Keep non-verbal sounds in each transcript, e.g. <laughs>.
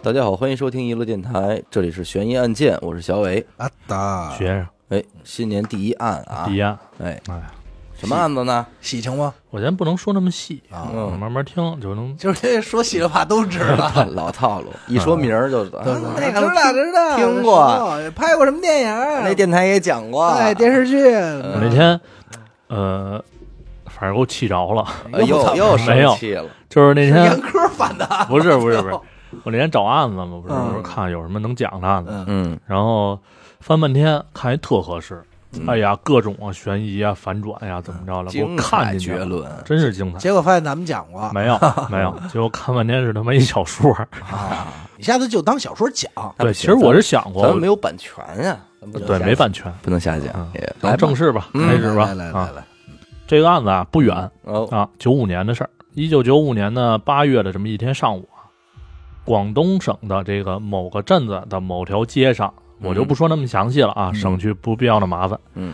大家好，欢迎收听娱乐电台，这里是悬疑案件，我是小伟。啊哒，学生哎，新年第一案啊抵，押，哎，哎呀，什么案子呢？。喜庆吗？我先不能说那么细啊我慢慢听就能。就是这说喜了怕都知道 <laughs> 老套路，一说名儿就知道。对啊对知道知道，听过，知道哎拍过什么电影？那电台也讲过，哎电视剧，我那天，呃，反正给我气着了，哎又又生气了，就是那严天科反的，不是不是不是，我那天找案子嘛，不是，嗯我说看有什么能讲的案子，嗯嗯然后翻半天看一特合适，哎呀，各种啊悬疑啊反转呀、怎么着了，给我嗯精看彩进去绝了，伦，真是精彩。结果发现咱们讲过，没有没有，结果看半天是他妈一小说。你下次就当小说讲。对，其实我是想咱过们，没有版权呀，咱不能对瞎没版权，不能瞎讲嗯，也咱正式吧，嗯开始吧来来来啊！来，这个案子啊不远，哦，啊，九五年的事儿。一九九五年的八月的这么一天上午啊，广东省的这个某个镇子的某条街上，我嗯就不说那么详细了啊，省去不必要的麻烦。嗯，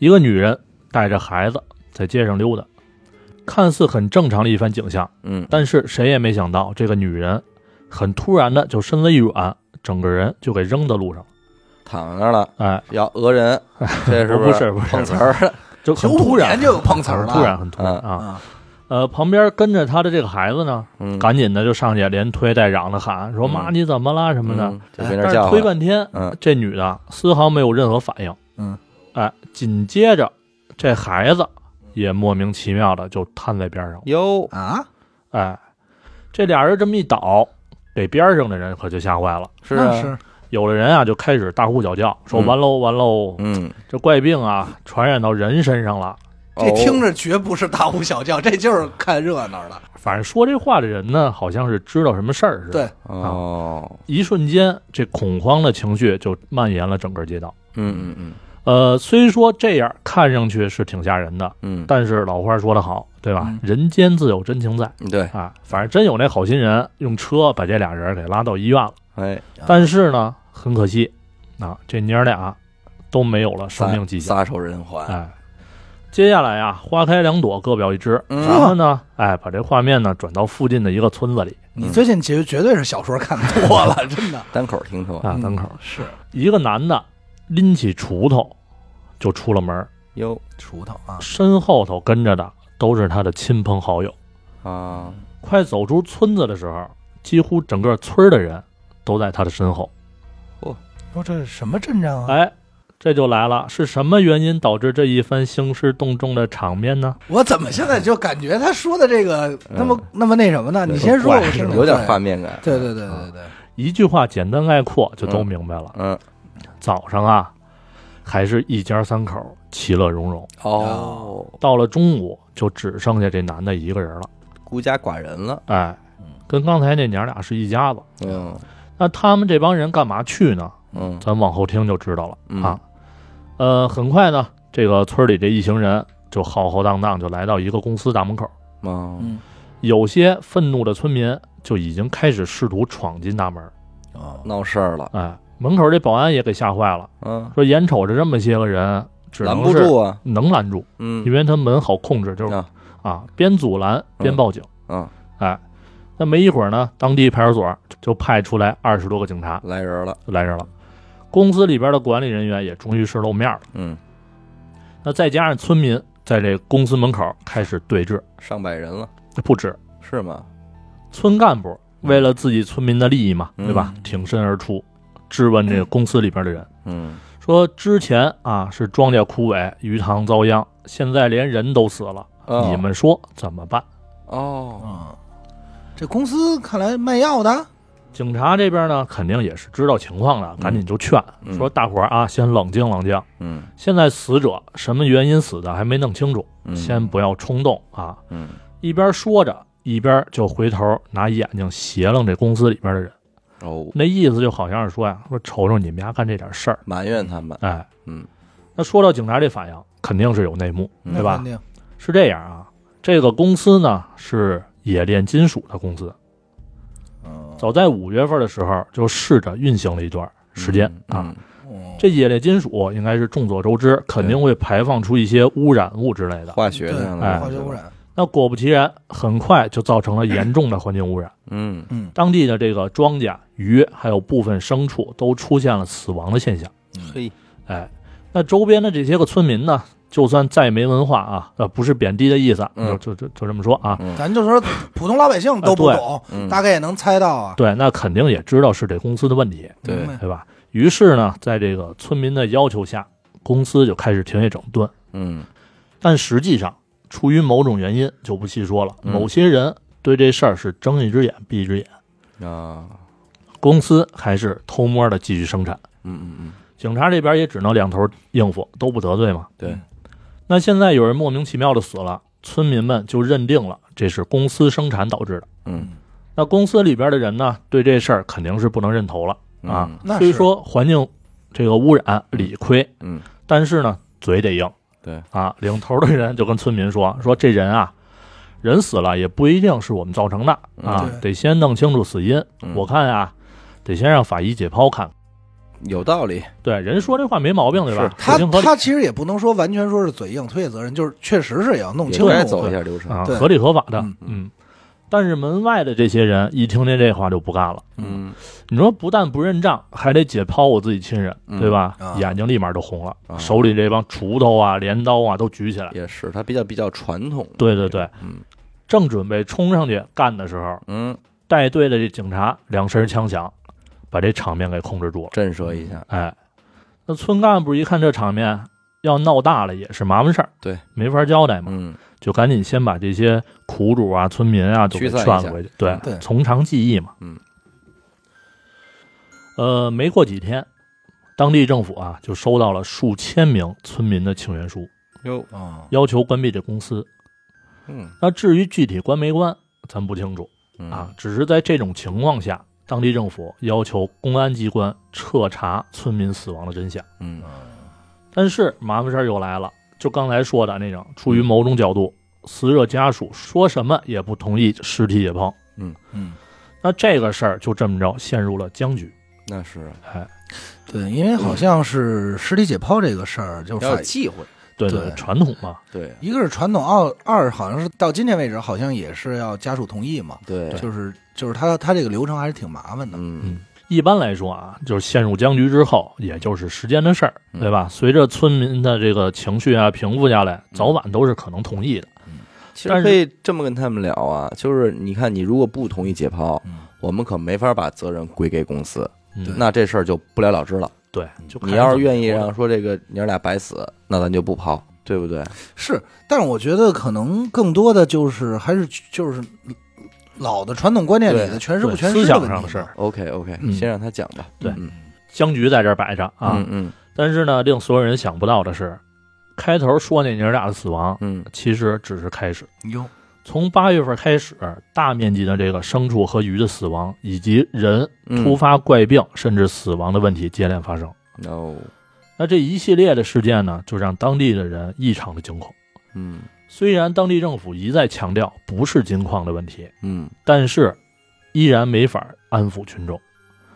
一个女人带着孩子在街上溜达，看似很正常的一番景象，嗯但是谁也没想到，这个女人很突然的就身子一软，整个人就给扔到路上了。躺在那儿了，哎，要讹 <laughs> 人，这是不是是不是碰瓷儿了？就九很突五然年，就有碰瓷儿很了，突然，很突然啊。啊，呃，旁边跟着她的这个孩子呢，嗯，赶紧的就上去连推带嚷的喊说：“嗯妈，你怎么啦？”什么的。嗯就被那但儿是叫推唤，半天，嗯这女的丝毫没有任何反应。嗯，哎，紧接着这孩子也莫名其妙的就瘫在边上了。哟，啊，哎，这俩人这么一倒，给边上的人可就吓坏了。是那啊，是有的人啊就开始大呼小叫，说：“嗯完喽完喽，嗯，这怪病啊传染到人身上了。”这听着着绝不是大呼小叫，这就是看热闹的。反正说这话的人呢，好像是知道什么事儿似的。对，哦，一瞬间，这恐慌的情绪就蔓延了整个街道。嗯嗯嗯呃，虽说这样看上去是挺吓人的，嗯，但是老话说得好，对吧？嗯哎人间自有真情在对，啊，反正真有那好心人用车把这俩人给拉到医院了。哎，啊但是呢，很可惜，啊，这娘儿俩都没有了生命迹象。撒手人寰，哎，接下来啊，花开两朵，各表一枝。嗯咱们呢，哎，把这画面呢转到附近的一个村子里你最近绝绝对是小说看多了，真的嗯单口听说，啊，嗯门嗯口是一个男的拎起锄头就出了门儿，哟锄头啊，身后头跟着的都是他的亲朋好友。啊，快走出村子的时候，几乎整个村儿的人都在他的身后。说这是什么阵仗啊？哎，这就来了，是什么原因导致这一番兴师动众的场面呢？我怎么现在就感觉他说的这个那么那么那什么呢？啊你先说，嗯怪我听听。有点画面感，对。对对对对啊对，一句话简单概括就都明白了。嗯，早上啊，还是一家三口其乐融融，哦，到了中午就只剩下这男的一个人了。孤家寡人了，哎，跟刚才那娘俩是一家子。嗯那他们这帮人干嘛去呢？嗯咱往后听就知道了、嗯啊。呃，很快呢，这个村里这一行人就浩浩荡荡就来到一个公司大门口，哦，嗯有些愤怒的村民就已经开始试图闯进大门。哦，闹事儿了，哎，门口这保安也给吓坏了，嗯，说眼瞅着这么些个人，只拦能不是住啊，能拦住，嗯，因为他门好控制，就是啊啊，边阻拦边报警。嗯，哎，那没一会儿呢，当地派出所就派出来二十多个警察来人了，就来人了，公司里边的管理人员也终于是露面了。嗯，那再加上村民在这公司门口开始对峙，上百人了，不止是吗？村干部为了自己村民的利益嘛，嗯对吧？挺身而出，质问这个公司里边的人，嗯，说之前啊是庄稼枯萎，鱼塘遭殃，现在连人都死了，哦你们说怎么办？哦，嗯，这公司看来卖药的，警察这边呢，肯定也是知道情况的，赶紧就劝、嗯说大伙儿啊，先冷静冷静。嗯现在死者什么原因死的还没弄清楚，嗯，先不要冲动啊。嗯，一边说着，一边就回头拿眼睛斜楞这公司里边的人，哦，那意思就好像是说呀，说瞅瞅你们家干这点事儿，埋怨他们，哎，嗯，那说到警察这反应，肯定是有内幕，嗯对那吧肯？定是这样啊，这个公司呢是冶炼金属的公司，嗯早在五月份的时候就试着运行了一段时间嗯啊。，嗯这冶炼金属应该是众所周知，肯定会排放出一些污染物之类的。化学对上哎的，化学污，染，那果不其然，很快就造成了严重的环境污染，嗯嗯，当地的这个庄稼、鱼还有部分牲畜都出现了死亡的现象。嘿，哎，那周边的这些个村民呢，就算再没文化啊，呃，不是贬低的意思啊，嗯就就就这么说啊。咱就说普通老百姓都不啊对懂，嗯大概也能猜到啊。对，那肯定也知道是这公司的问题，对明白对吧？于是呢，在这个村民的要求下，公司就开始停业整顿。嗯但实际上，出于某种原因，就不细说了。嗯某些人对这事儿是睁一只眼闭一只眼，啊，公司还是偷摸的继续生产。嗯嗯警察这边也只能两头应付，都不得罪嘛。嗯，对，那现在有人莫名其妙的死了，村民们就认定了这是公司生产导致的。嗯那公司里边的人呢，对这事儿肯定是不能认头了啊。嗯那虽是说环境这个污染理亏，嗯，但是呢，嘴得硬对，啊。领头的人就跟村民说：“ <laughs> 说这人啊，人死了也不一定是我们造成的啊嗯，得先弄清楚死因。嗯我看啊，得先让法医解剖看看。”有道理，对，人说这话没毛病，对吧？他合情合理他其实也不能说完全说是嘴硬推卸责任，就是确实是也要弄也清楚。该走一下流程，啊，对合理合法的嗯，嗯。但是门外的这些人一听见这话就不干了，嗯你说不但不认账，还得解剖我自己亲人，嗯对吧？啊眼睛立马就红了，啊嗯手里这帮锄头啊、镰刀啊都举起来。也是，他比较比较传统，对对对，嗯正准备冲上去干的时候，嗯，带队的这警察两声枪响，把这场面给控制住了。震慑一下，哎，那村干部一看这场面要闹大了也是麻烦事儿，对，没法交代嘛，嗯就赶紧先把这些苦主啊、村民啊都给驱散一劝下回去，对，对从长计议嘛。嗯，呃，没过几天，当地政府啊就收到了数千名村民的请愿书，哟，啊，要求关闭这公司。嗯那至于具体关没关，咱不清楚嗯啊，，只是在这种情况下，当地政府要求公安机关彻查村民死亡的真相。嗯但是麻烦事儿又来了，就刚才说的那种，出于某种角度，死者家属说什么也不同意尸体解剖。嗯，那这个事儿就这么着陷入了僵局。那是哎，对，因为好像是尸体解剖这个事儿，就是要法有忌讳，对对传统嘛，对一个是传统，二二好像是到今天为止，好像也是要家属同意嘛，对，就是就是他他这个流程还是挺麻烦的。嗯一般来说啊，就是陷入僵局之后，也就是时间的事儿，嗯对吧？随着村民的这个情绪啊平复下来，嗯早晚都是可能同意的。其但实是可以这么跟他们聊啊，就是你看，你如果不同意解剖，嗯我们可没法把责任归给公司，嗯，那这事儿就不了了之了。对，嗯就看你要是怎么愿意说让说这个娘俩白死，那咱就不抛，对不对？是，但是我觉得可能更多的就是还是就是老的传统观念里的对全是对不全思是的想问上题的事嘛。儿， OK OK，嗯先让他讲吧。对嗯僵局在这儿摆着啊。嗯嗯但是呢，令所有人想不到的是，开头说那娘俩的死亡，嗯其实只是开始。哟，从八月份开始，大面积的这个牲畜和鱼的死亡，以及人嗯，突发怪病、甚至死亡的问题接连发生。 no，那这一系列的事件呢，就让当地的人异常的惊恐。嗯虽然当地政府一再强调不是金矿的问题，嗯但是依然没法安抚群众。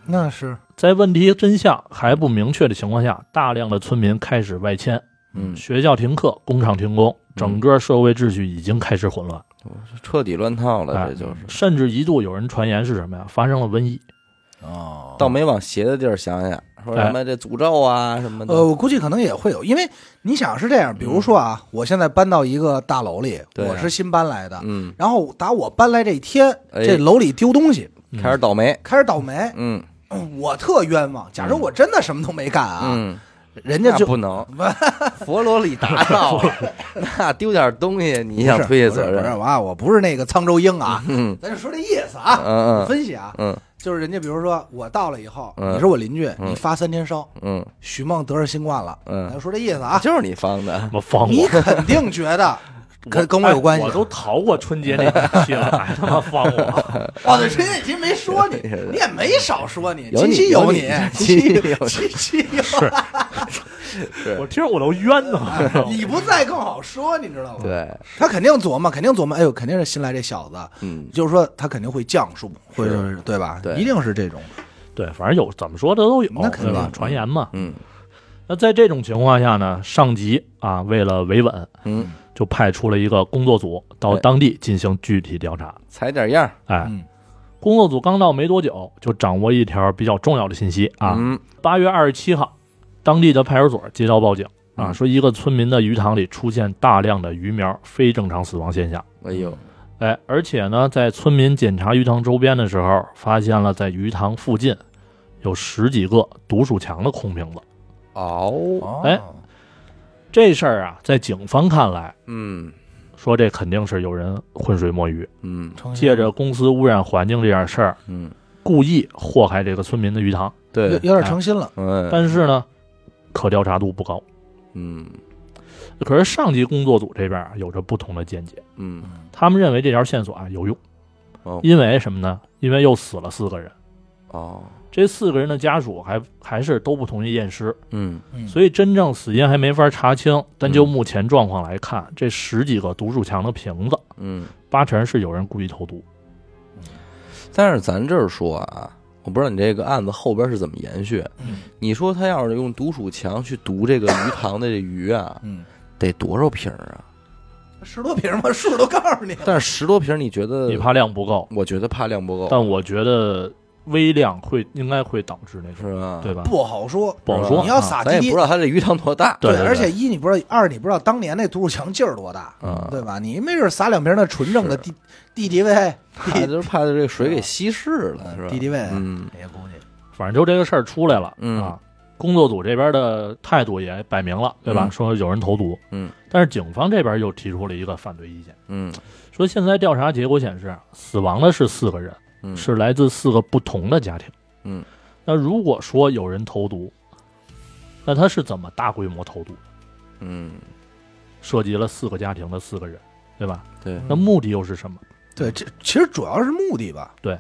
那是在问题真相还不明确的情况下，大量的村民开始外迁，嗯，学校停课，工厂停工，整个社会秩序已经开始混乱，彻底乱套了，哎这就是。甚至一度有人传言是什么呀？发生了瘟疫。哦，倒没往邪的地儿想想，说什么这诅咒啊什么的。呃，我估计可能也会有，因为你想是这样，比如说啊，我现在搬到一个大楼里，对啊我是新搬来的，嗯，然后打我搬来这一天，哎这楼里丢东西，嗯开始倒霉。开始倒霉，嗯我特冤枉。假如我真的什么都没干啊，嗯，人家那就不能，佛罗里达到了，那丢点东西你你想推卸责任不是？啊，我不是那个沧州鹰啊， <laughs> 嗯咱就说这意思啊，嗯嗯分析啊，嗯就是人家比如说我到了以后，嗯你是我邻居，嗯你发三天烧，嗯许梦得上新冠了，咱嗯，就说这意思啊，就是你放的什，么放你我？肯定 <laughs> 觉得跟跟我有关系啊哎我都逃过春节那一期了，还他妈 <laughs> 放我！哦，对，陈建奇没说 <laughs> 你，是的你也没少说你，哎有七你七有你你，啊七七七有七 <laughs> 七是我听着我都冤得有，慌。你不在更好说，你知道吗？，对，他肯定琢磨，肯定琢磨，哎呦，肯定是新来这小子，嗯就是说他肯定会降数，或者是是对吧？对一定是这种， <laughs> 对，反正有怎么说的都有，那肯对吧定？传言嘛。嗯那在这种情况下呢，上级啊，为了维稳，嗯就派出了一个工作组到哎当地进行具体调查。踩点样儿哎，嗯工作组刚到没多久，就掌握一条比较重要的信息啊，嗯，八月二十七号，当地的派出所接到报警啊，嗯说一个村民的鱼塘里出现大量的鱼苗非正常死亡现象。哎呦，哎，而且呢，在村民检查鱼塘周边的时候，发现了在鱼塘附近有十几个毒鼠强的空瓶子。哦，哦，哎这事儿啊，在警方看来，嗯说这肯定是有人浑水摸鱼，嗯成借着公司污染环境这件事儿，嗯，心故意祸害这个村民的鱼塘。有对，有点诚心了，嗯但是呢，可调查度不高。嗯可是上级工作组这边啊有着不同的见解。嗯，他们认为这条线索啊有用哦，因为什么呢？因为又死了四个人，哦，这四个人的家属还还是都不同意验尸，嗯嗯，所以以真正死因还没法查清。但嗯就目前状况来看，这十几个毒鼠强的瓶子，嗯，八成是有人故意投毒。但是咱这儿说啊，我不知道你这个案子后边是怎么延续。嗯你说他要是用毒鼠强去毒这个鱼塘的这鱼啊，嗯，得多少瓶儿啊？十多瓶吧，数都告诉你，但是十多瓶儿，你觉得你？怕量不够，我觉得怕量不够，但我觉得微量会应该会导致那种，是吧？对吧？不好说，不好说你要啊撒咱也滴不滴知，道他这鱼塘多大。对对对而且一你不知道，二你不知道当年那毒鼠强劲儿多大，嗯啊对吧？你没准撒两瓶那纯正的是 D D D 位怕就是怕这个水给稀释了，是吧？敌敌畏嗯也哎估计，反正就这个事儿出来了、嗯啊，工作组这边的态度也摆明了，对吧？嗯说有人投毒，嗯，但是警方这边又提出了一个反对意见。嗯说现在调查结果显示，死亡的是四个人，嗯，是来自四个不同的家庭。嗯，那如果说有人投毒，那他是怎么大规模投毒的？嗯，涉及了四个家庭的四个人，对吧？对，那目的又是什么？嗯对，这其实主要是目的吧，嗯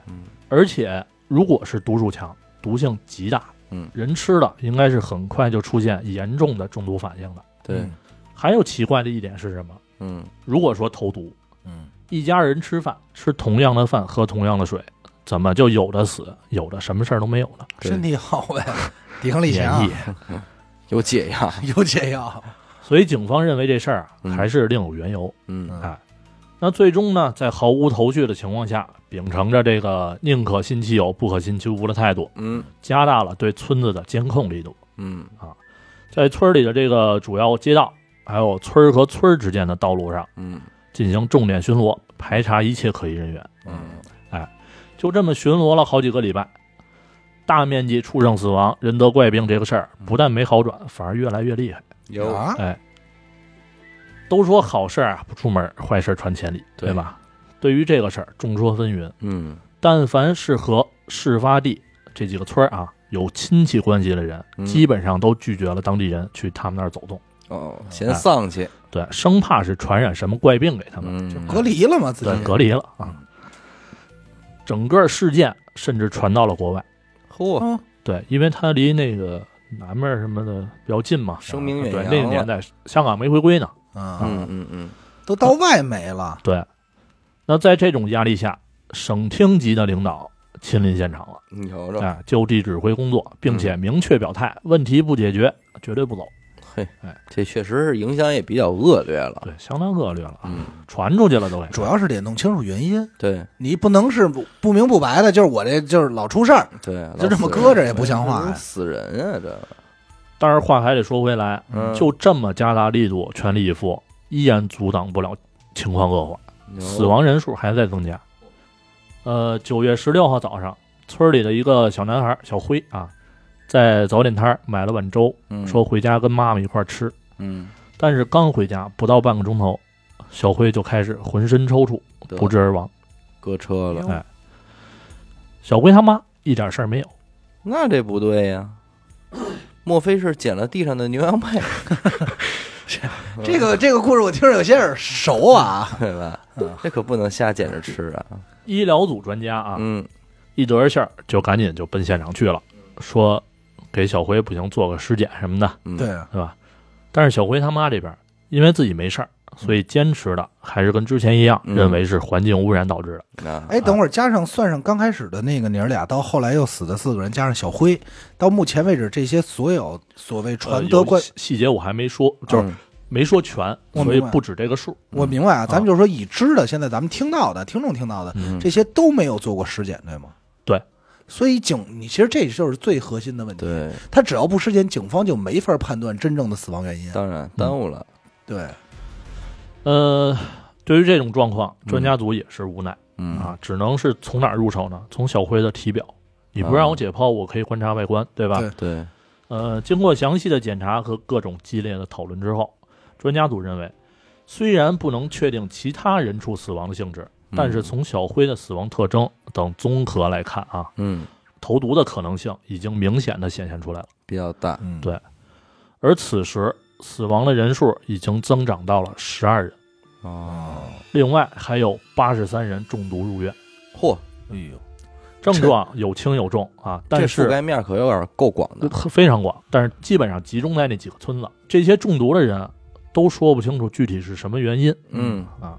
而且如果是毒鼠强，毒性极大，嗯人吃了应该是很快就出现严重的中毒反应的。对，嗯还有奇怪的一点是什么？嗯如果说投毒，嗯，一家人吃饭吃同样的饭，喝同样的水，怎么就有的死，有的什么事儿都没有呢？对身体好 <laughs> 呗，抵抗力免强疫，。有解药，啊有解药，所以警方认为这事儿啊嗯还是另有缘由。嗯啊那最终呢，在毫无头绪的情况下，秉承着这个宁可信其有，不可信其无的态度，嗯加大了对村子的监控力度，嗯在村里的这个主要街道，还有村儿和村儿之间的道路上嗯进行重点巡逻，排查一切可疑人员。嗯，就这么巡逻了好几个礼拜，大面积畜生死亡、人得怪病这个事儿不但没好转，反而越来越厉害。有啊，哎，都说好事儿啊不出门儿，坏事儿传千里，对对吧？对于这个事儿，众说纷纭。嗯但凡是和事发地这几个村儿啊有亲戚关系的人，嗯基本上都拒绝了当地人去他们那儿走动，哦，嫌丧气，对，生怕是传染什么怪病给他们，嗯，就隔离了嘛，自己对，隔离了啊。整个事件甚至传到了国外，嚯，嗯对，因为它离那个南面什么的比较近嘛，啊声名远对，扬那个年代香港没回归呢，啊，嗯嗯嗯都到外媒了，对，那在这种压力下，省厅级的领导亲临现场了，嗯，你瞅瞅，啊，就地指挥工作，并且明确表态，问题不解决，绝对不走。这确实是影响也比较恶劣了，对，相当恶劣了，啊，嗯，传出去了都给。主要是得弄清楚原因，对你不能是不不明不白的，就是我这就是老出事儿，对，就这么搁着也不像话呀死人啊这，但是话还得说回来，嗯，就这么加大力度，全力以赴，依然阻挡不了情况恶化，哦死亡人数还在增加。呃，九月十六号早上，村里的一个小男孩小辉啊，在早点摊儿买了碗粥，说回家跟妈妈一块儿吃。嗯，但是刚回家不到半个钟头，小辉就开始浑身抽搐，嗯，不治而亡。搁车了，小辉他妈一点事儿没有，那这不对呀。莫非是捡了地上的牛羊啊配，这个这个故事我听着有些耳熟啊， <laughs> 对吧？这可不能瞎捡着吃啊！医疗组专家啊，嗯一得信儿就赶紧就奔现场去了，说给小辉不行做个尸检什么的，嗯，对啊，对吧？但是小辉他妈这边因为自己没事儿，所以坚持的还是跟之前一样，嗯认为是环境污染导致的。啊，哎，等会儿加上算上刚开始的那个娘儿俩，到后来又死的四个人，加上小辉，到目前为止这些所有所谓呃传有德怪细细节我还没说，就是嗯没说全，我所以明白不止这个数。我明白啊，咱啊们就说已知的，现在咱们听到的、听众听到的嗯，这些都没有做过尸检，对吗？对，所以警，你其实这就是最核心的问题。对，他只要不尸检，警方就没法判断真正的死亡原因。当然耽误了，对，呃，对于这种状况，专家组也是无奈、嗯啊，只能是从哪儿入手呢？从小辉的体表，你不让我解剖，我可以观察外观，对吧？对嗯对，嗯呃，经过详细的检查和各种激烈的讨论之后，专家组认为，虽然不能确定其他人畜死亡的性质，嗯但是从小辉的死亡特征等综合来看啊，嗯投毒的可能性已经明显的显现出来了。比较大，嗯，对而此时死亡的人数已经增长到了十二人，哦，另外还有八十三人中毒入院，嚯，哎呦，症状有轻有重啊，这但覆是盖面可有点够广的，非常广，但是基本上集中在那几个村子。这些中毒的人啊都说不清楚具体是什么原因嗯啊。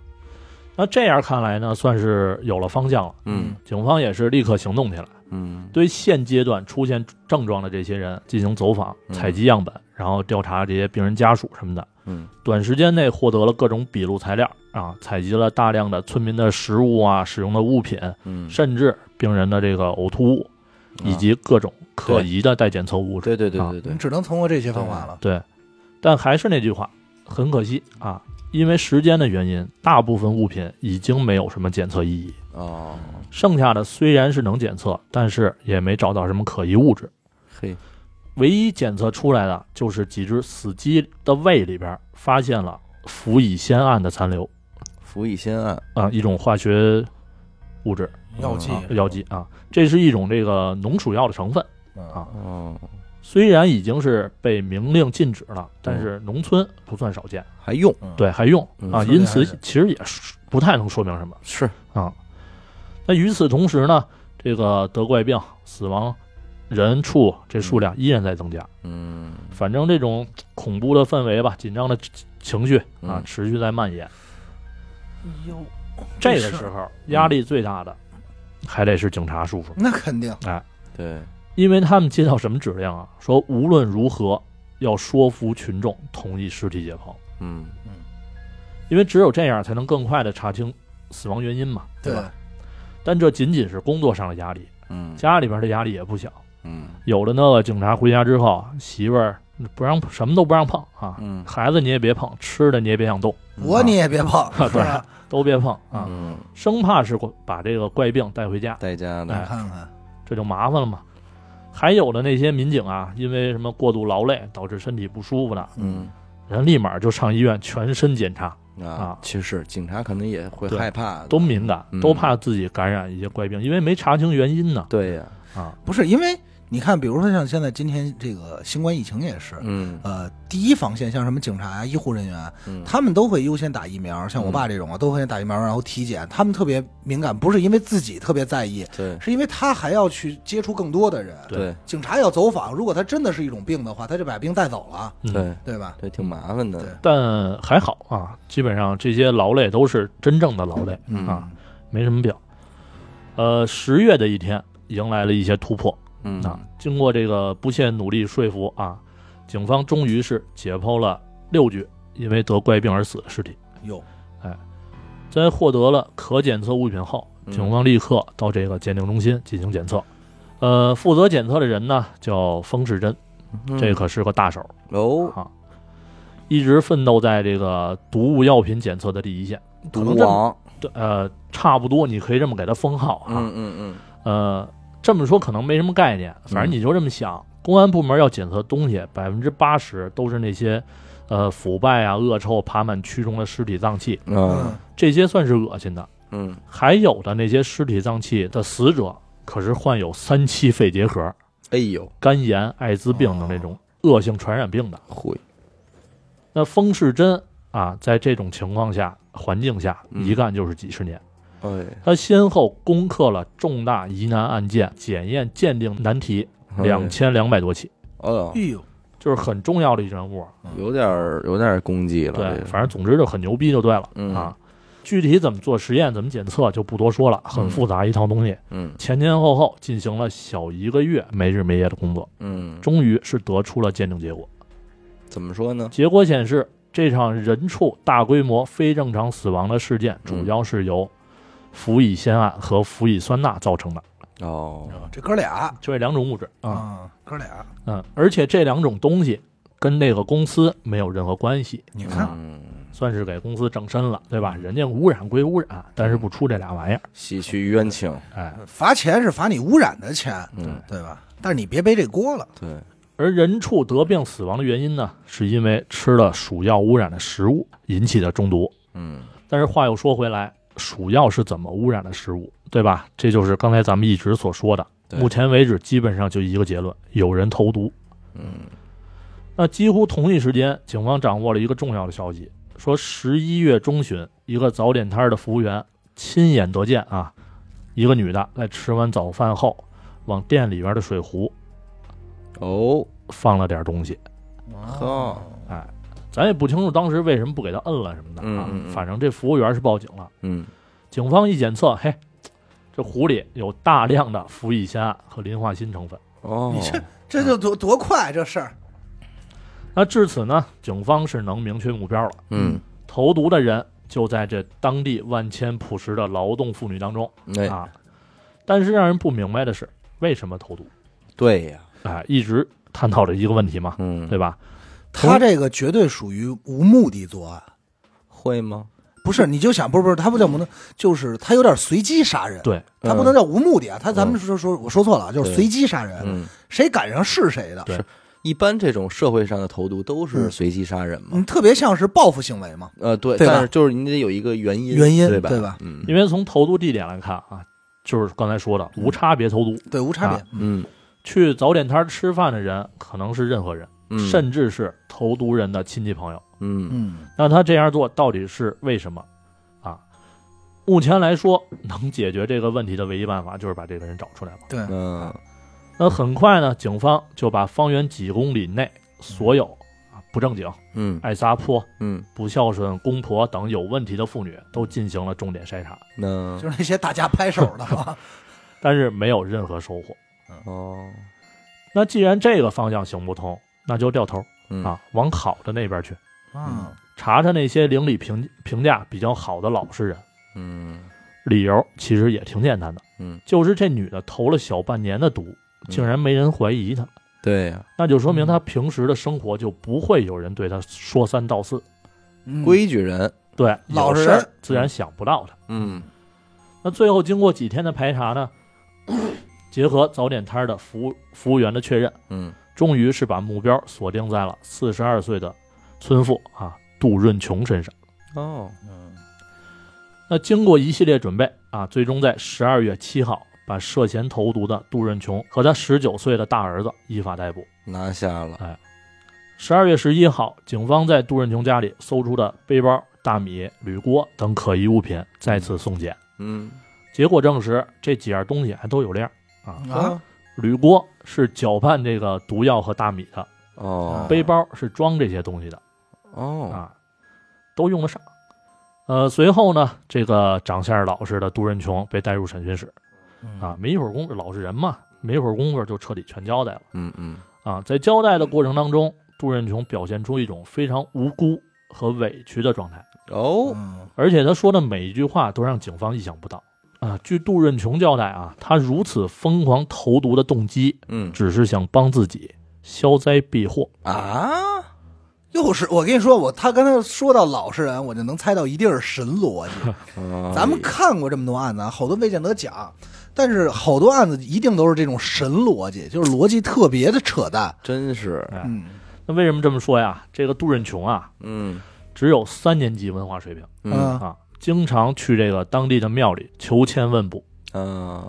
那这样看来呢，算是有了方向了。嗯警方也是立刻行动起来，嗯，对现阶段出现症状的这些人进行走访、嗯采集样本，然后调查这些病人家属什么的。嗯，短时间内获得了各种笔录材料啊，采集了大量的村民的食物啊、使用的物品，嗯，甚至病人的这个呕吐物，以及各种可疑的待检测物质。对对对啊对对你，只能通过这些方法了。对，但还是那句话，很可惜啊，因为时间的原因，大部分物品已经没有什么检测意义，哦，剩下的虽然是能检测，但是也没找到什么可疑物质。嘿，唯一检测出来的就是几只死鸡的胃里边发现了氟乙酰胺的残留。辅以心案，啊，一种化学物质药剂啊，药剂啊，这是一种这个农鼠药的成分。啊啊哦，虽然已经是被明令禁止了，但是农村不算少见，还用对，还用嗯啊，说的因还此是其实也是不太能说明什么是，啊。那与此同时呢，这个得怪病死亡人畜这嗯数量依然在增加，嗯反正这种恐怖的氛围吧，紧张的情绪啊嗯，持续在蔓延。哟，这这个是嗯时候压力最大的还得是警察叔叔。那肯定，对，因为他们接到什么指令啊？说无论如何要说服群众同意尸体解剖，嗯因为只有这样才能更快的查清死亡原因嘛，对吧？但这仅仅是工作上的压力，嗯家里边的压力也不小。嗯有的那个警察回家之后，媳妇儿不让什么都不让碰啊，嗯孩子你也别碰，吃的你也别想动，我你也别碰，对是吧？都别碰啊，嗯，生怕是把这个怪病带回家，代驾你哎的，看看，这就麻烦了嘛。还有的那些民警啊，因为什么过度劳累导致身体不舒服的，嗯。人立马就上医院全身检查，啊啊，其实警察肯定也会对害怕的，都敏感嗯，都怕自己感染一些怪病，因为没查清原因呢。对呀，啊，不是因为你看，比如说像现在今天这个新冠疫情也是，嗯呃，第一防线像什么警察啊、医护人员啊，嗯，他们都会优先打疫苗，像我爸这种啊，都会先打疫苗，然后体检，他们特别敏感，不是因为自己特别在意，对是因为他还要去接触更多的人。对对警察要走访，如果他真的是一种病的话，他就把病带走了，嗯，对对吧？对，挺麻烦嗯的，但还好啊，基本上这些劳累都是真正的劳累，嗯啊，没什么病。呃，十月的一天，迎来了一些突破嗯啊。经过这个不懈努力说服啊，警方终于是解剖了六具因为得怪病而死的尸体。有在获得了可检测物品后，嗯警方立刻到这个鉴定中心进行检测。呃，负责检测的人呢叫封世珍，嗯这可是个大手哦，啊，一直奋斗在这个毒物药品检测的第一线。可毒能这么王，对，呃，差不多你可以这么给他封号啊。嗯嗯呃，这么说可能没什么概念，反正你就这么想。公安部门要检测东西，百分之八十都是那些，呃，腐败啊、恶臭爬满蛆虫的尸体脏器，嗯啊嗯，这些算是恶心的。嗯，还有的那些尸体脏器的死者可是患有三期肺结核、哎呦，肝炎、艾滋病等这种恶性传染病的。会，那风世珍啊，在这种情况下、环境下，嗯一干就是几十年。哎，他先后攻克了重大疑难案件检验鉴定难题两千两百多起，哎呦哎，呦，就是很重要的一人物。有点儿有点儿功绩了，对这，个反正总之就很牛逼就对了嗯啊。具体怎么做实验、怎么检测就不多说了，很嗯复杂一套东西。嗯前前后后进行了小一个月没日没夜的工作，嗯，终于是得出了鉴定结果。怎么说呢？结果显示，这场人畜大规模非正常死亡的事件，主要是由氟乙酰胺和氟乙酸钠造成的，哦，啊这哥俩就这两种物质啊。啊，哥俩，嗯，而且这两种东西跟那个公司没有任何关系，你看嗯，算是给公司正身了，对吧？人家污染归污染，但是不出这俩玩意儿。洗去冤情，哎，罚钱是罚你污染的钱，嗯，对吧？但是你别背这锅了，对，而人畜得病死亡的原因呢，是因为吃了鼠药污染的食物引起的中毒。嗯但是话又说回来，鼠药是怎么污染的食物，对吧？这就是刚才咱们一直所说的，对目前为止基本上就一个结论：有人投毒。嗯那几乎同一时间，警方掌握了一个重要的消息，说十一月中旬，一个早点摊的服务员亲眼得见啊，一个女的在吃完早饭后，往店里边的水壶哦，放了点东西。哎呵，咱也不清楚当时为什么不给他摁了什么的啊，嗯嗯嗯反正这服务员是报警了。嗯警方一检测，嘿，这壶里有大量的氟乙酰胺和磷化锌成分。哦，你这这就多多快这事儿，那至此呢，警方是能明确目标了。嗯，投毒的人就在这当地万千朴实的劳动妇女当中哎，啊。但是让人不明白的是，为什么投毒？对呀，啊，一直探讨着一个问题嘛，嗯，对吧？他这个绝对属于无目的作案。会吗？不是，你就想，不是不是，他不叫无能，就是他有点随机杀人。，对，他不能叫无目的啊。他咱们说说，我说错了，啊就是随机杀人，嗯，谁赶上是谁的。对一般这种社会上的投毒都是随机杀人嘛，嗯，特别像是报复行为嘛。呃，对，对吧但是就是你得有一个原因，原因对吧？对吧嗯因为从投毒地点来看啊，就是刚才说的无差别投毒。对，无差别啊。嗯嗯去早点摊吃饭的人可能是任何人，嗯，甚至是投毒人的亲戚朋友。嗯嗯，那他这样做到底是为什么啊？目前来说，能解决这个问题的唯一办法就是把这个人找出来嘛。对，嗯那很快呢，警方就把方圆几公里内所有啊不正经、嗯爱撒泼、嗯，不孝顺公婆等有问题的妇女都进行了重点筛查，那就是那些大家拍手的啊嘛。但是没有任何收获。哦，那既然这个方向行不通，那就掉头嗯啊，往好的那边去，嗯，查查那些邻里评评价比较好的老实人。嗯理由其实也挺简单的，嗯，就是这女的投了小半年的毒，竟然没人怀疑她，对啊呀，那就说明嗯她平时的生活就不会有人对她说三道四，嗯规矩人，对，老实有人事儿自然想不到她。嗯那最后经过几天的排查呢，结合早点摊儿的服务服务员的确认，嗯终于是把目标锁定在了四十二岁的村妇啊杜润琼身上。哦，那经过一系列准备啊，最终在十二月七号把涉嫌投毒的杜润琼和他十九岁的大儿子依法逮捕。拿下了，十二月十一号，警方在杜润琼家里搜出的背包、大米、铝锅等可疑物品再次送检，嗯结果证实这几样东西还都有链儿啊。啊，铝锅是搅拌这个毒药和大米的，哦，背包是装这些东西的哦，啊，都用得上。呃，随后呢，这个长相老实的杜润琼被带入审讯室，啊，没一会儿功夫，老实人嘛，没一会儿功夫就彻底全交代了嗯嗯啊。在交代的过程当中，杜任琼表现出一种非常无辜和委屈的状态，哦，嗯，而且他说的每一句话都让警方意想不到啊。据杜任琼交代啊，他如此疯狂投毒的动机，嗯只是想帮自己消灾避祸。啊，又是我跟你说，我他刚才说到老实人，我就能猜到一定是神逻辑。 <laughs> 咱们看过这么多案子，啊，好多未见得讲，但是好多案子一定都是这种神逻辑，就是逻辑特别的扯淡。真是，哎嗯那为什么这么说呀？这个杜任琼啊，嗯只有三年级文化水平嗯啊，经常去这个当地的庙里求签问卜。嗯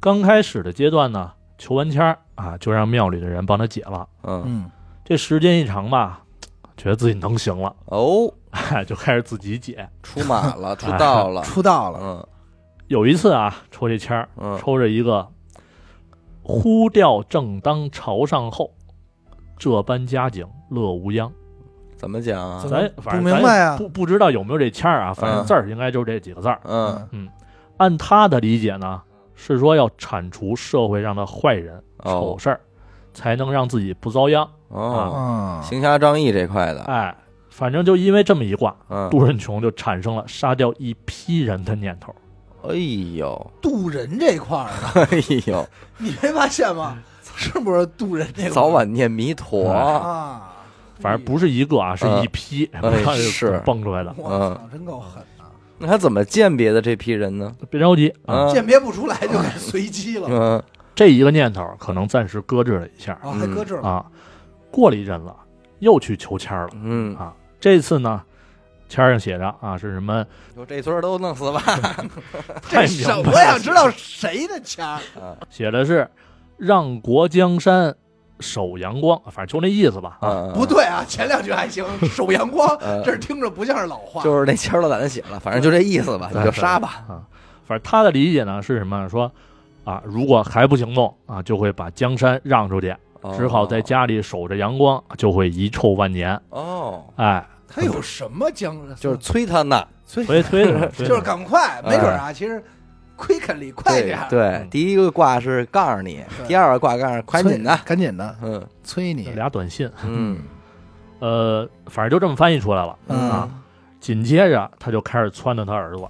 刚开始的阶段呢，求完签儿啊，就让庙里的人帮他解了。嗯嗯，这时间一长吧，觉得自己能行了， <laughs> 哦，哎，就开始自己解。出马了，出道了，出道了，嗯有一次啊，抽这签儿，嗯，抽着一个“呼调正当朝上后，这般佳景乐无恙怎么讲”啊怎？么咱不反正明白咱啊也不不知道有没有这签儿啊，反正嗯字儿应该就是这几个字儿。嗯，按他的理解呢，是说要铲除社会上的坏人、哦丑事儿，才能让自己不遭殃。哦，啊，嗯行侠仗义这块的，哎，反正就因为这么一卦，啊嗯，杜润琼就产生了杀掉一批人的念头。哎呦，渡人这块儿呢， <laughs> 哎呦，你没发现 <laughs> 吗？是不是渡人这块儿 <laughs> 早晚念弥陀，啊？反正不是一个啊，是一批，嗯 <laughs> 哎他就是蹦出来的。我嗯操，真够狠啊！那他怎么鉴别的这批人呢？别着急啊，嗯鉴别不出来就给随机了嗯这一个念头可能暂时搁置了一下啊，还搁这儿了啊，过了一阵子又去求签儿了。啊嗯，这次呢，签儿上写着啊是什么？就这村儿都弄死吧。太这明什白我了，想知道谁的签儿啊写的是让国江山守阳光，反正就那意思吧。啊，呃啊，不对啊，前两句还行，守阳光嗯，这听着不像是老话，就是那签儿都懒得写了，反正就这意思吧，你就杀吧。反正他的理解呢是什么？说啊，如果还不行动啊，就会把江山让出去，哦只好在家里守着阳光，就会遗臭万年。哦，哎，他有什么江？就是催他呢，所以推 <laughs> 推着，推着就是赶快，没准儿啊，其实 quickly 快点儿，对，嗯第一个卦是告诉你，对第二个卦告诉你快紧的，赶紧的，嗯催你俩短信，嗯呃，反正就这么翻译出来了。嗯啊，紧接着他就开始撺掇他儿子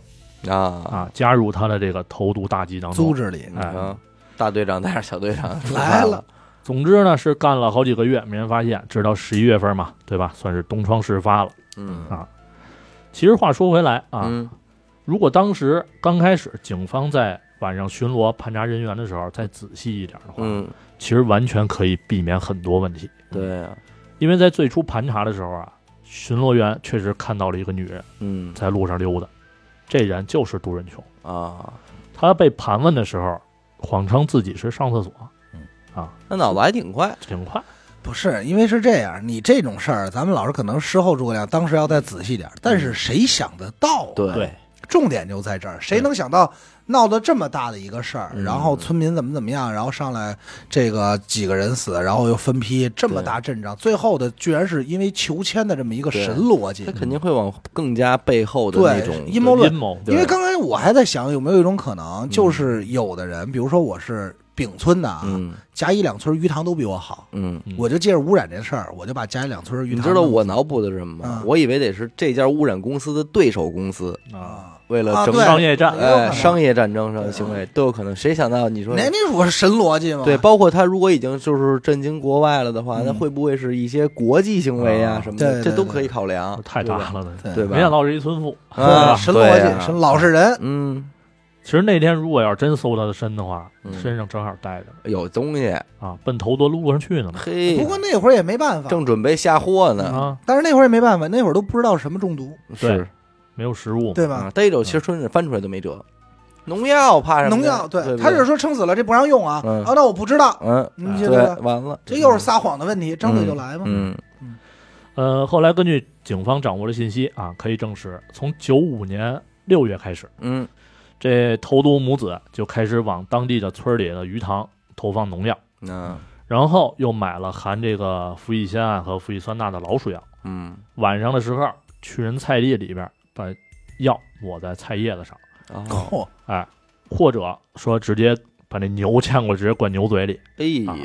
啊啊，加入他的这个投毒大计当组中。织里哎嗯，大队长带着小队长来了，总之呢，是干了好几个月，没人发现，直到十一月份嘛，对吧？算是东窗事发了。嗯啊其实话说回来啊，嗯如果当时刚开始警方在晚上巡逻盘查人员的时候再仔细一点的话，嗯，其实完全可以避免很多问题。，对啊，因为在最初盘查的时候啊，巡逻员确实看到了一个女人嗯在路上溜达，这人就是杜仁琼。啊，他被盘问的时候，谎称自己是上厕所，那脑子还挺快，挺快。不是，因为是这样，你这种事儿，咱们老师可能事后诸葛亮当时要再仔细点儿，但是谁想得到啊？对对，重点就在这儿，谁能想到闹得这么大的一个事儿，嗯然后村民怎么怎么样，然后上来这个几个人死，然后又分批这么大阵仗，最后的居然是因为求签的这么一个神逻辑他，肯定会往更加背后的那嗯对种阴谋论阴谋对因为刚才我还在想，有没有一种可能，就是有的人，比如说我是丙村的啊，嗯甲乙两村鱼塘都比我好，嗯。嗯我就借着污染这事儿，我就把甲乙两村鱼你塘知道我脑补的是什么吗嗯？我以为得是这家污染公司的对手公司，啊，啊，为了啊整对商业战也有可哎能商业战争上的行为都有可能。谁想到你说那那我是神逻辑吗？啊对，包括他如果已经就是震惊国外了的话，嗯那会不会是一些国际行为啊啊什么对的，对这都对可以考量，太对吧大了呢。对对吧？啊没想到是一村妇。啊，神对逻呀辑，神老实人，嗯，其实那天如果要真搜他的身的话，嗯身上正好带着呢有东西，啊，奔头多路上去呢嘛嘿，不过那会儿也没办法，正准备下货呢，啊，但是那会儿也没办法，那会儿都不知道什么中毒，是没有食物嘛。对啊吧？，逮着其实春子翻出来都没辙，农药怕什么呀？农药，对，他就是说撑死了，这不让用啊。嗯啊，那我不知道，嗯，你觉对得，完了，这又是撒谎的问题，张嘴就嗯来嘛。嗯呃，后来根据警方掌握的信息啊，可以证实，从九五年六月开始，嗯这投毒母子就开始往当地的村里的鱼塘投放农药，那然后又买了含这个氟乙酰胺和氟乙酸钠的老鼠药。嗯晚上的时候，去人菜地里边把药抹在菜叶子上，哦，嚯，哎或者说直接把那牛牵过，直接灌牛嘴里。哎呀，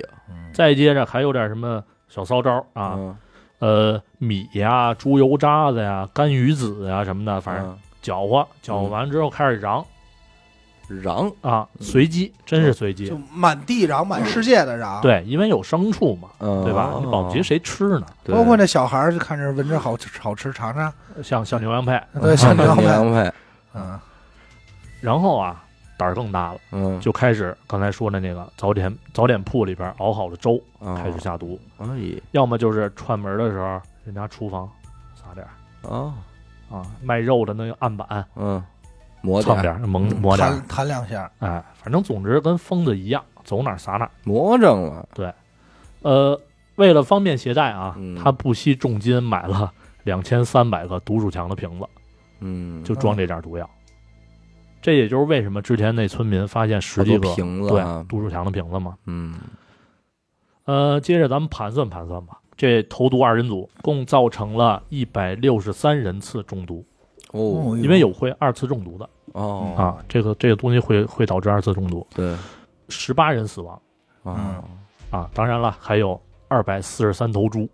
再接着还有点什么小骚招啊，嗯，呃，米呀、猪油渣子呀、干鱼子呀什么的，反正嗯搅和，搅和完之后开始瓤正瓤，啊，嗯随机，真是随机就。满地嚷，满世界的嚷。，对，因为有牲畜嘛，嗯，对吧？你保不齐谁吃呢？对，啊包括那小孩儿就看着闻着好吃好吃尝尝，像像牛羊配，对，像这样呗。娘派，嗯， <laughs> 然后啊，胆儿更大了，嗯，就开始刚才说的那个早点早点铺里边熬好了粥，哦开始下毒，哎要么就是串门的时候，人家厨房撒点儿哦，啊，卖肉的那个案板嗯，磨蹭点儿点儿，蒙嗯抹点儿，弹弹两下，哎，反正总之跟疯子一样，走哪儿撒哪儿。魔怔了，呃，为了方便携带啊，嗯他不惜重金买了两千三百个毒鼠强的瓶子，嗯，就装这点毒药。这也就是为什么之前那村民发现十好几多个瓶子对啊，毒鼠强的瓶子嘛。嗯呃，接着咱们盘算盘算吧，这投毒二人组共造成了一百六十三人次中毒，哦因为有会二次中毒的哦啊，这个这个东西会会导致二次中毒，对十八人死亡啊啊，当然了，还有二百四十三头猪，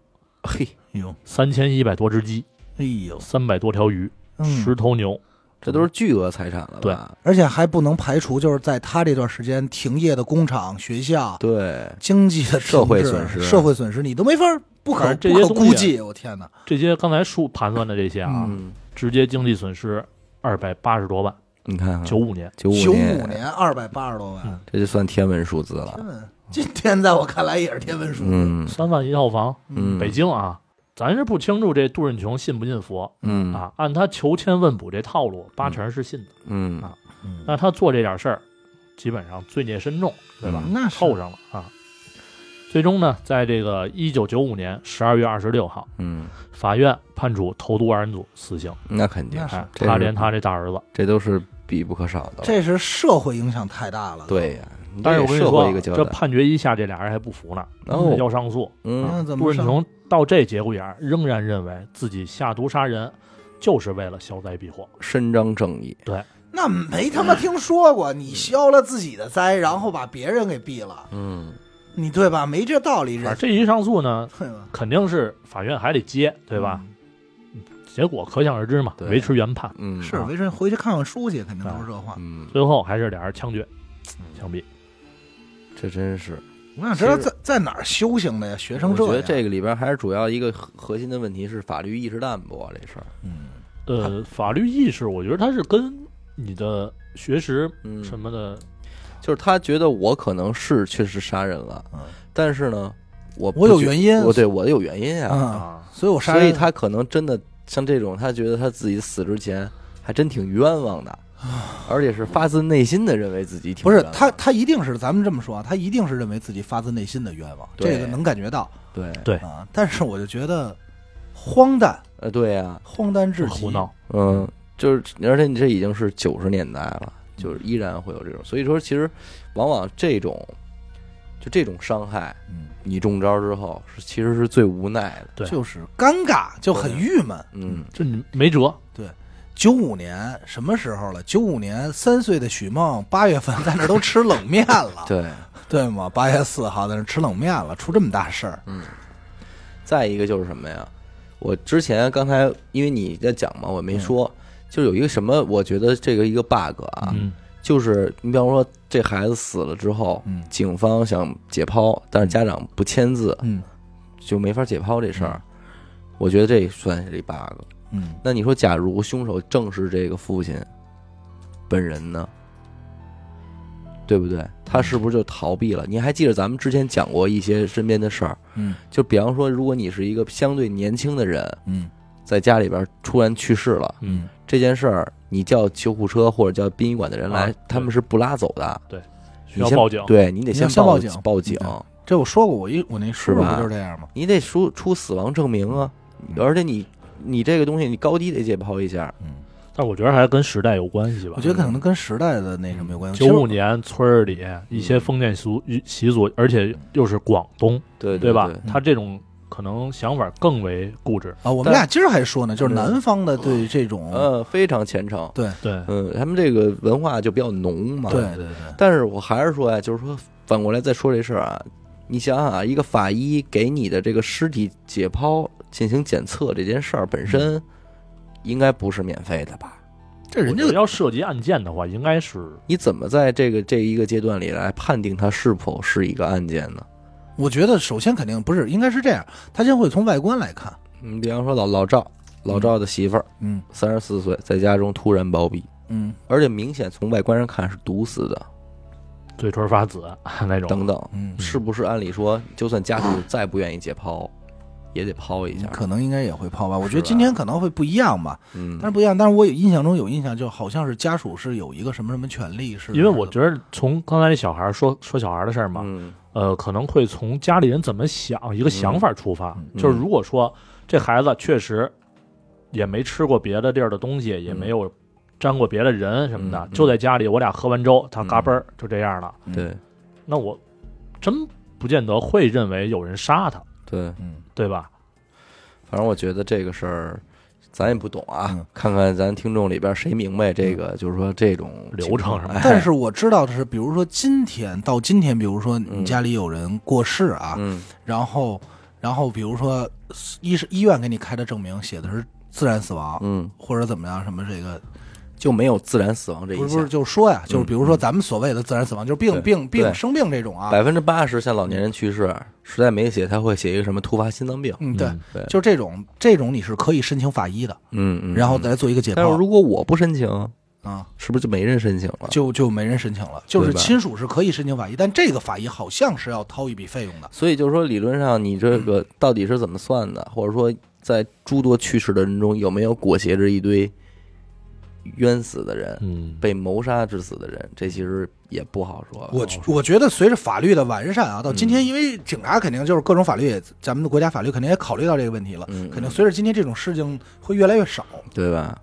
嘿哟，三千一百多只鸡，哎呦，三百多条鱼，十嗯，头牛，这都是巨额财产了吧？而且还不能排除就是在他这段时间停业的工厂、学校、对，啊经济的停滞社会损失社会损失你都没法儿不可反正这不可些啊东西估计。我天哪，这些刚才数盘算的这些啊，嗯，直接经济损失二百八十多万，你看看九五年，九九五五，年二百八十多万，嗯这就算天文数字了。天文，今天在我看来也是天文数字。嗯三万一套房，嗯，北京啊，咱是不清楚这杜润琼信不信佛嗯啊，按他求签问卜这套路，八成是信的。嗯啊那他做这点事儿，基本上罪孽深重，对吧？嗯那是扣上了啊。最终呢，在这个一九九五年十二月二十六号，嗯，法院判处投毒二人组死刑。那肯定那，是哎，啊这他是连他这大儿子，这都是必不可少的了。这是社会影响太大了。，对呀，你但是我跟你社说会啊一，个交这代，判决一下，这俩人还不服呢，哦要上诉。嗯那怎么杜润上？琼到这节骨眼儿，仍然认为自己下毒杀人就是为了消灾避祸。伸张正义，那没他妈听说过，你消了自己的灾，然后把别人给毙了，嗯你对吧？没这道理，反正人这一上诉呢，对吧？肯定是法院还得接，对吧？结果可想而知嘛，嗯对维持原判，嗯是，啊维晨回去看看书去，肯定都是这话。嗯，最后还是俩人枪决，枪毙。这真是。我想知道在在哪儿修行的呀？学成我这觉得样，这个里边还是主要一个核核心的问题是法律意识淡薄啊这事儿。嗯，呃，法律意识，我觉得它是跟你的学识嗯，什么的，就是他觉得我可能是确实杀人了，嗯但是呢，我我有原因，因我对我有原因啊，啊，啊，所以我杀所人以他可能真的像这种，他觉得他自己死之前还真挺冤枉的，而且是发自内心的认为自己挺啊不是冤枉他，他一定是咱们这么说啊，他一定是认为自己发自内心的冤枉，对这个能感觉到对对啊。但是我就觉得荒诞，呃对呀，荒诞至极胡。闹。嗯，就是而且你这已经是九十年代了，就是依然会有这种，所以说其实往往这种就这种伤害，嗯，你中招之后是其实是最无奈的，对就是尴尬，就很郁闷。嗯这你没辙，九五年什么时候了？九五年三岁的许梦八月份在那儿都吃冷面了，对，对吗？八月四号在那儿吃冷面了，出这么大事儿，再一个就是什么呀？我之前刚才因为你在讲嘛，我没说，就是有一个什么，我觉得这个一个 bug 啊，嗯，就是你比方说这孩子死了之后，嗯警方想解剖，但是家长不签字，嗯就没法解剖这事儿。我觉得这算是一 bug。嗯，那你说，假如凶手正是这个父亲本人呢？对不对？他是不是就逃避了？你还记得咱们之前讲过一些身边的事儿？嗯，就比方说，如果你是一个相对年轻的人，嗯在家里边突然去世了，嗯，这件事儿你叫救护车或者叫殡仪馆的人来，啊他们是不拉走的，需你要先报警。对你得哦你要先报报警嗯报警，这我说过，我一我那叔是叔吧不就是这样吗？你得出出死亡证明啊，嗯而且你你这个东西你高低得解剖一下，嗯，但我觉得还跟时代有关系吧我。觉得可能跟时代的那什么有关系。嗯九五年村儿里一些封建俗嗯习俗，而且又是广东，对对吧？对他这种可能想法更为固执。啊，我们但俩今儿还说呢，就是对南方的对这种，呃，非常虔诚，对对，嗯，他们这个文化就比较浓嘛，对对对，但是我还是说呀、啊就是说反过来再说这事儿啊，你想想啊，一个法医给你的这个尸体解剖进行检测这件事儿本嗯身，应该不是免费的吧？这人家我觉得要涉及案件的话，应该是你怎么在这个这一个阶段里来判定它是否是一个案件呢？我觉得首先肯定不是，应该是这样，他先会从外观来看，你嗯比方说老老赵，老赵的媳妇儿嗯三十四岁，在家中突然暴毙，嗯而且明显从外观上看是毒死的，嘴唇发紫啊那种。等等，哦嗯，是不是？按理说，就算家属再不愿意解剖，也得剖一下。嗯可能应该也会泡啊吧，我觉是得吧今天可能会不一样吧，嗯但，是不一样，但是我有印象中有印象，就好像是家属是有一个什么什么权利是，因为我觉得从刚才那小孩儿说说小孩儿的事儿嘛，嗯呃，可能会从家里人怎么想一个想法出发，嗯啊就是如果说这孩子确实也没吃过别的地儿的东西，也嗯没有沾过别的人什么的，嗯嗯嗯就在家里我俩喝完粥，他嘎嘣儿就这样了，嗯对那我真不见得会认为有人杀他，对，嗯，对吧？反正我觉得这个事儿，咱也不懂啊，嗯看看咱听众里边谁明白这个，就是说这种流程什么的哎但是我知道的是，比如说今天到今天，比如说你嗯家里有人过世啊，嗯然后，然后比如说医医院给你开的证明写的是自然死亡，嗯，或者怎么样什么这个，就没有自然死亡这不一是不是项。就说呀，就是比如说嗯咱们所谓的自然死亡，就是对病病对病生病这种啊，百分之八十像老年人去世，实在没写，他会写一个什么突发心脏病。嗯，对，嗯对就是这种这种你是可以申请法医的，嗯嗯。然后再做一个解但是剖如果我不申请，啊，是不是就没人申请了？就就没人申请了。就是对吧亲属是可以申请法医，但这个法医好像是要掏一笔费用的。所以就是说，理论上你这嗯个到底是怎么算的，或者说在诸多去世的人中，有没有裹挟着一堆冤死的人、嗯，被谋杀致死的人？这其实也不好说。我我觉得随着法律的完善啊，到嗯今天，因为警察肯定就是各种法律也，咱们的国家法律肯定也考虑到这个问题了，嗯肯定随着今天这种事情会越来越少。对吧？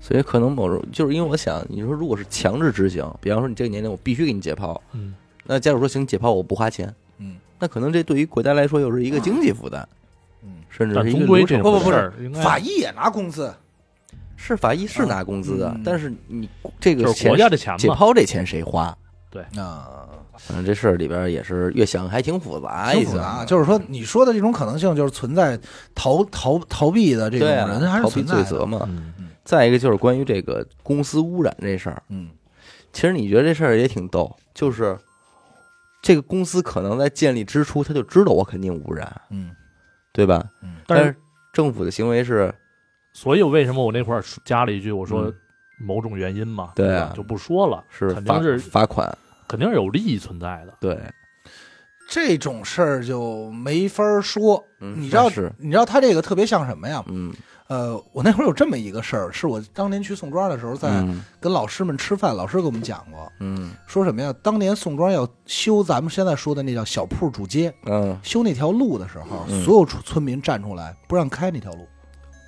所以可能某种就是因为我想，你说如果是强制执行，比方说你这个年龄我必须给你解剖，嗯，那假如说行解剖我不花钱，嗯，那可能这对于国家来说又是一个经济负担，嗯，甚至但是一终个归流这程种不不不事是儿应该法医也拿工资，是法医是拿工资的，嗯但是你这就个是钱国家的钱解嘛，嗯剖这钱谁花？啊，反正这事儿里边也是越想还挺复杂一些，啊挺复杂。啊就是说，你说的这种可能性，就是存在逃逃逃避的这种对啊人，还是逃避存在罪的责嘛。嗯再一个就是关于这个公司污染这事儿，嗯其实你觉得这事儿也挺逗，就是这个公司可能在建立之初他就知道我肯定污染，嗯对吧？嗯，但但是是政府的行为是所以为什么我那块儿加了一句，我说嗯某种原因嘛，对吧啊就不说了，是肯罚定是罚款，肯定是有利益存在的，对，这种事儿就没法儿说。嗯你知道那是，你知道他这个特别像什么呀？嗯，呃，我那会儿有这么一个事儿，是我当年去宋庄的时候，在嗯跟老师们吃饭，老师给我们讲过，嗯说什么呀？当年宋庄要修咱们现在说的那叫小铺主街，嗯，修那条路的时候，嗯所有村村民站出来不让开那条路，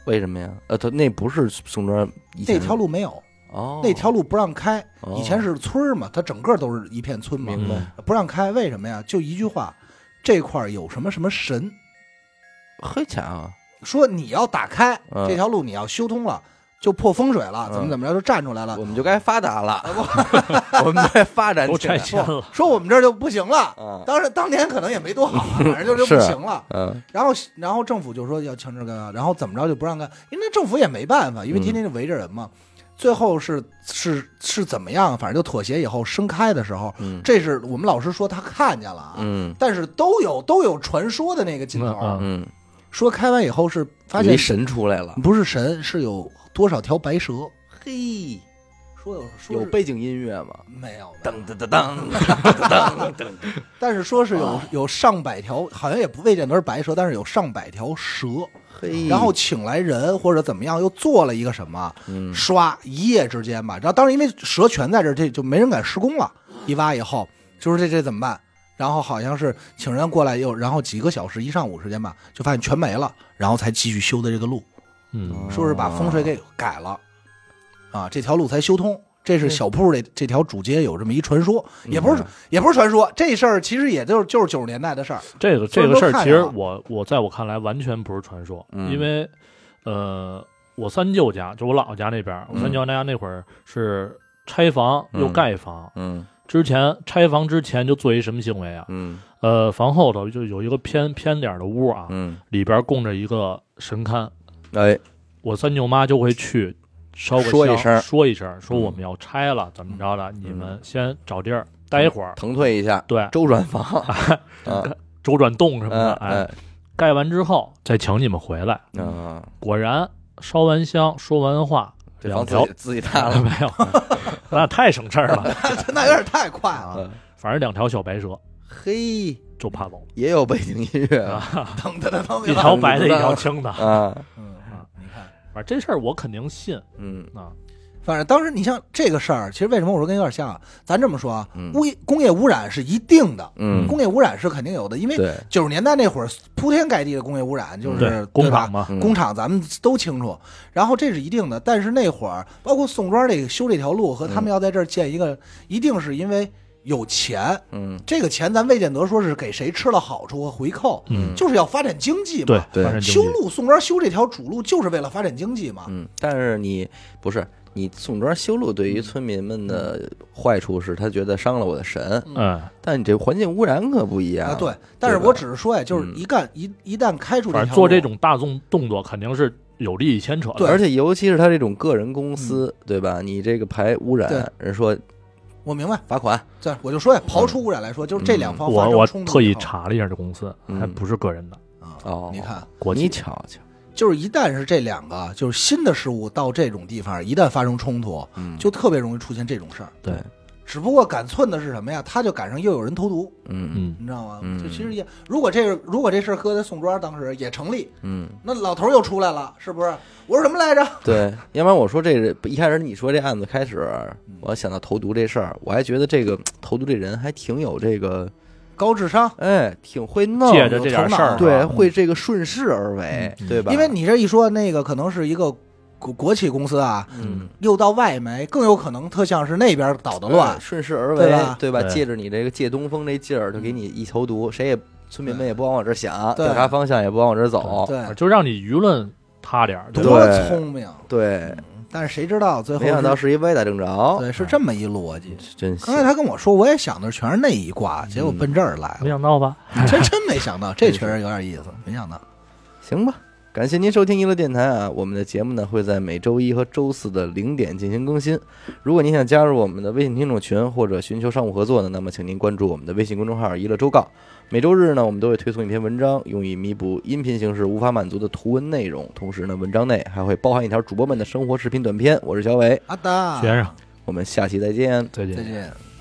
为什么呀？呃，他那不是宋庄以前那条路没有，哦，那条路不让开。哦以前是村儿嘛，它整个都是一片村嘛，明白不让开，为什么呀？就一句话，这块儿有什么什么神，黑钱啊，说你要打开嗯这条路，你要修通了，就破风水了，嗯怎么怎么着就站出来了我。们就该发达了， <laughs> 我们该发展都起来拆迁了，说我们这儿就不行了，啊，当时当年可能也没 <laughs> 多好，反正就是不行了。嗯然后，然后政府就说要强制干嘛，然后怎么着就不让干，因为那政府也没办法，因为天天就围着人嘛。最后是是是怎么样，反正就妥协以后升开的时候，嗯这是我们老师说他看见了啊，嗯但是都有都有传说的那个劲头，嗯嗯，说开完以后是发有一现神出来了，不是神，是有多少条白蛇，嘿，说有说有是背景音乐吗？没有？没有噔噔噔噔噔噔噔 <laughs> 噔，但是说是啊有有上百条，好像也不未见得是白蛇，但是有上百条蛇。嘿，然后请来人或者怎么样，又做了一个什么，嗯刷一夜之间吧。然后当然因为蛇全在这儿，这就没人敢施工了。一挖以后，就是这这怎么办？然后好像是请人过来又，然后几个小时一上午时间吧，就发现全没了，然后才继续修的这个路，嗯说是把风哦水给改了，啊，这条路才修通。这是小铺这这条主街有这么一传说，也不是嗯也不是传说，这事儿其实也就是就是九十年代的事儿。 <laughs> 这个所以这说个事儿，看其实着啊我我在我看来完全不是传说，嗯因为呃，我三舅家就我姥姥家那边儿，我三舅家那会儿是拆房又嗯盖房，嗯之前拆房之前就做一什么行为啊？嗯呃，房后头就有一个偏偏点儿的屋啊，嗯，里边儿供着一个神龛，哎，我三舅妈就会去烧个香，说一声嗯说一声，说我们要拆了，怎么着的？你们先找地儿待一会儿，腾退一下，对，周转房， <laughs> 啊周转洞什么的，嗯哎，盖完之后再请你们回来。嗯啊，果然烧完香，说完话，这两房自条己自己搭了， <laughs> 没有，那太省事儿了。那有点太快了，嗯反正两条小白蛇嘿，就怕走，也有背景音乐啊等等等等，一条白的，一条青的。啊，嗯，你看。反正这事儿我肯定信嗯啊。反正当时你像这个事儿，其实为什么我说跟有点像啊？咱这么说啊嗯，污工业污染是一定的，嗯，工业污染是肯定有的，因为对，九十年代那会儿铺天盖地的工业污染，就是对，工厂嘛，对吧嗯工厂咱们都清楚，然后这是一定的。但是那会儿，包括宋庄这个修这条路和他们要在这儿建一个，一定是因为有钱，嗯这个钱咱未见得说是给谁吃了好处和回扣，嗯，就是要发展经济嘛。对，对发展经济修路宋庄修这条主路就是为了发展经济嘛。嗯，但是你不是你宋庄修路对于村民们的坏处是，他觉得伤了我的神，嗯，但你这环境污染可不一样啊，对，但是我只是说呀，就是一干一一旦开出这反条路正做这种大动动作肯定是有利益牵扯对嗯的。而且尤其是他这种个人公司，对吧？你这个排污染，对人说我明白，罚款，对，我就说呀，刨除污染来说，就是这两方发我生我冲突以后特意查了一下这公司，嗯还不是个人的，啊，哦你看，国你际瞧瞧，就是一旦是这两个，就是新的事物到这种地方，一旦发生冲突，嗯，就特别容易出现这种事儿。对，只不过赶寸的是什么呀？他就赶上又有人投毒，嗯嗯，你知道吗？嗯就其实也，如果这如果这事儿搁在宋庄当时也成立，嗯，那老头儿又出来了，是不是？我说什么来着？对，要不然我说这个一开始你说这案子开始，嗯我想到投毒这事儿，我还觉得这个投毒这人还挺有这个，高智商，哎，挺会弄，借着这点事儿，对，啊会这个顺势而为，嗯对吧？因为你这一说，那个可能是一个国国企公司啊，嗯，又到外媒，更有可能特像是那边捣的乱哎，顺势而为对吧，嗯对吧？对借着你这个借东风这劲儿，就给你一投毒，谁也村民们也不往我这儿想，对调查方向也不往我这儿走，对，就让你舆论塌点儿，对吧多对聪明。对，但是谁知道最后没想到是是一歪打正着，对是嗯这么一逻辑。真刚才行，他跟我说，我也想的全是那一卦，结果奔这儿来没了，想到吧？真真没想到，这确实有点意思，没想到。行吧。感谢您收听娱乐电台啊！我们的节目呢会在每周一和周四的零点进行更新。如果您想加入我们的微信听众群或者寻求商务合作呢，那么请您关注我们的微信公众号“娱乐周告”。每周日呢，我们都会推送一篇文章，用以弥补音频形式无法满足的图文内容。同时呢，文章内还会包含一条主播们的生活视频短片。我是小伟，阿达，学生，我们下期再见。再见啊再。见。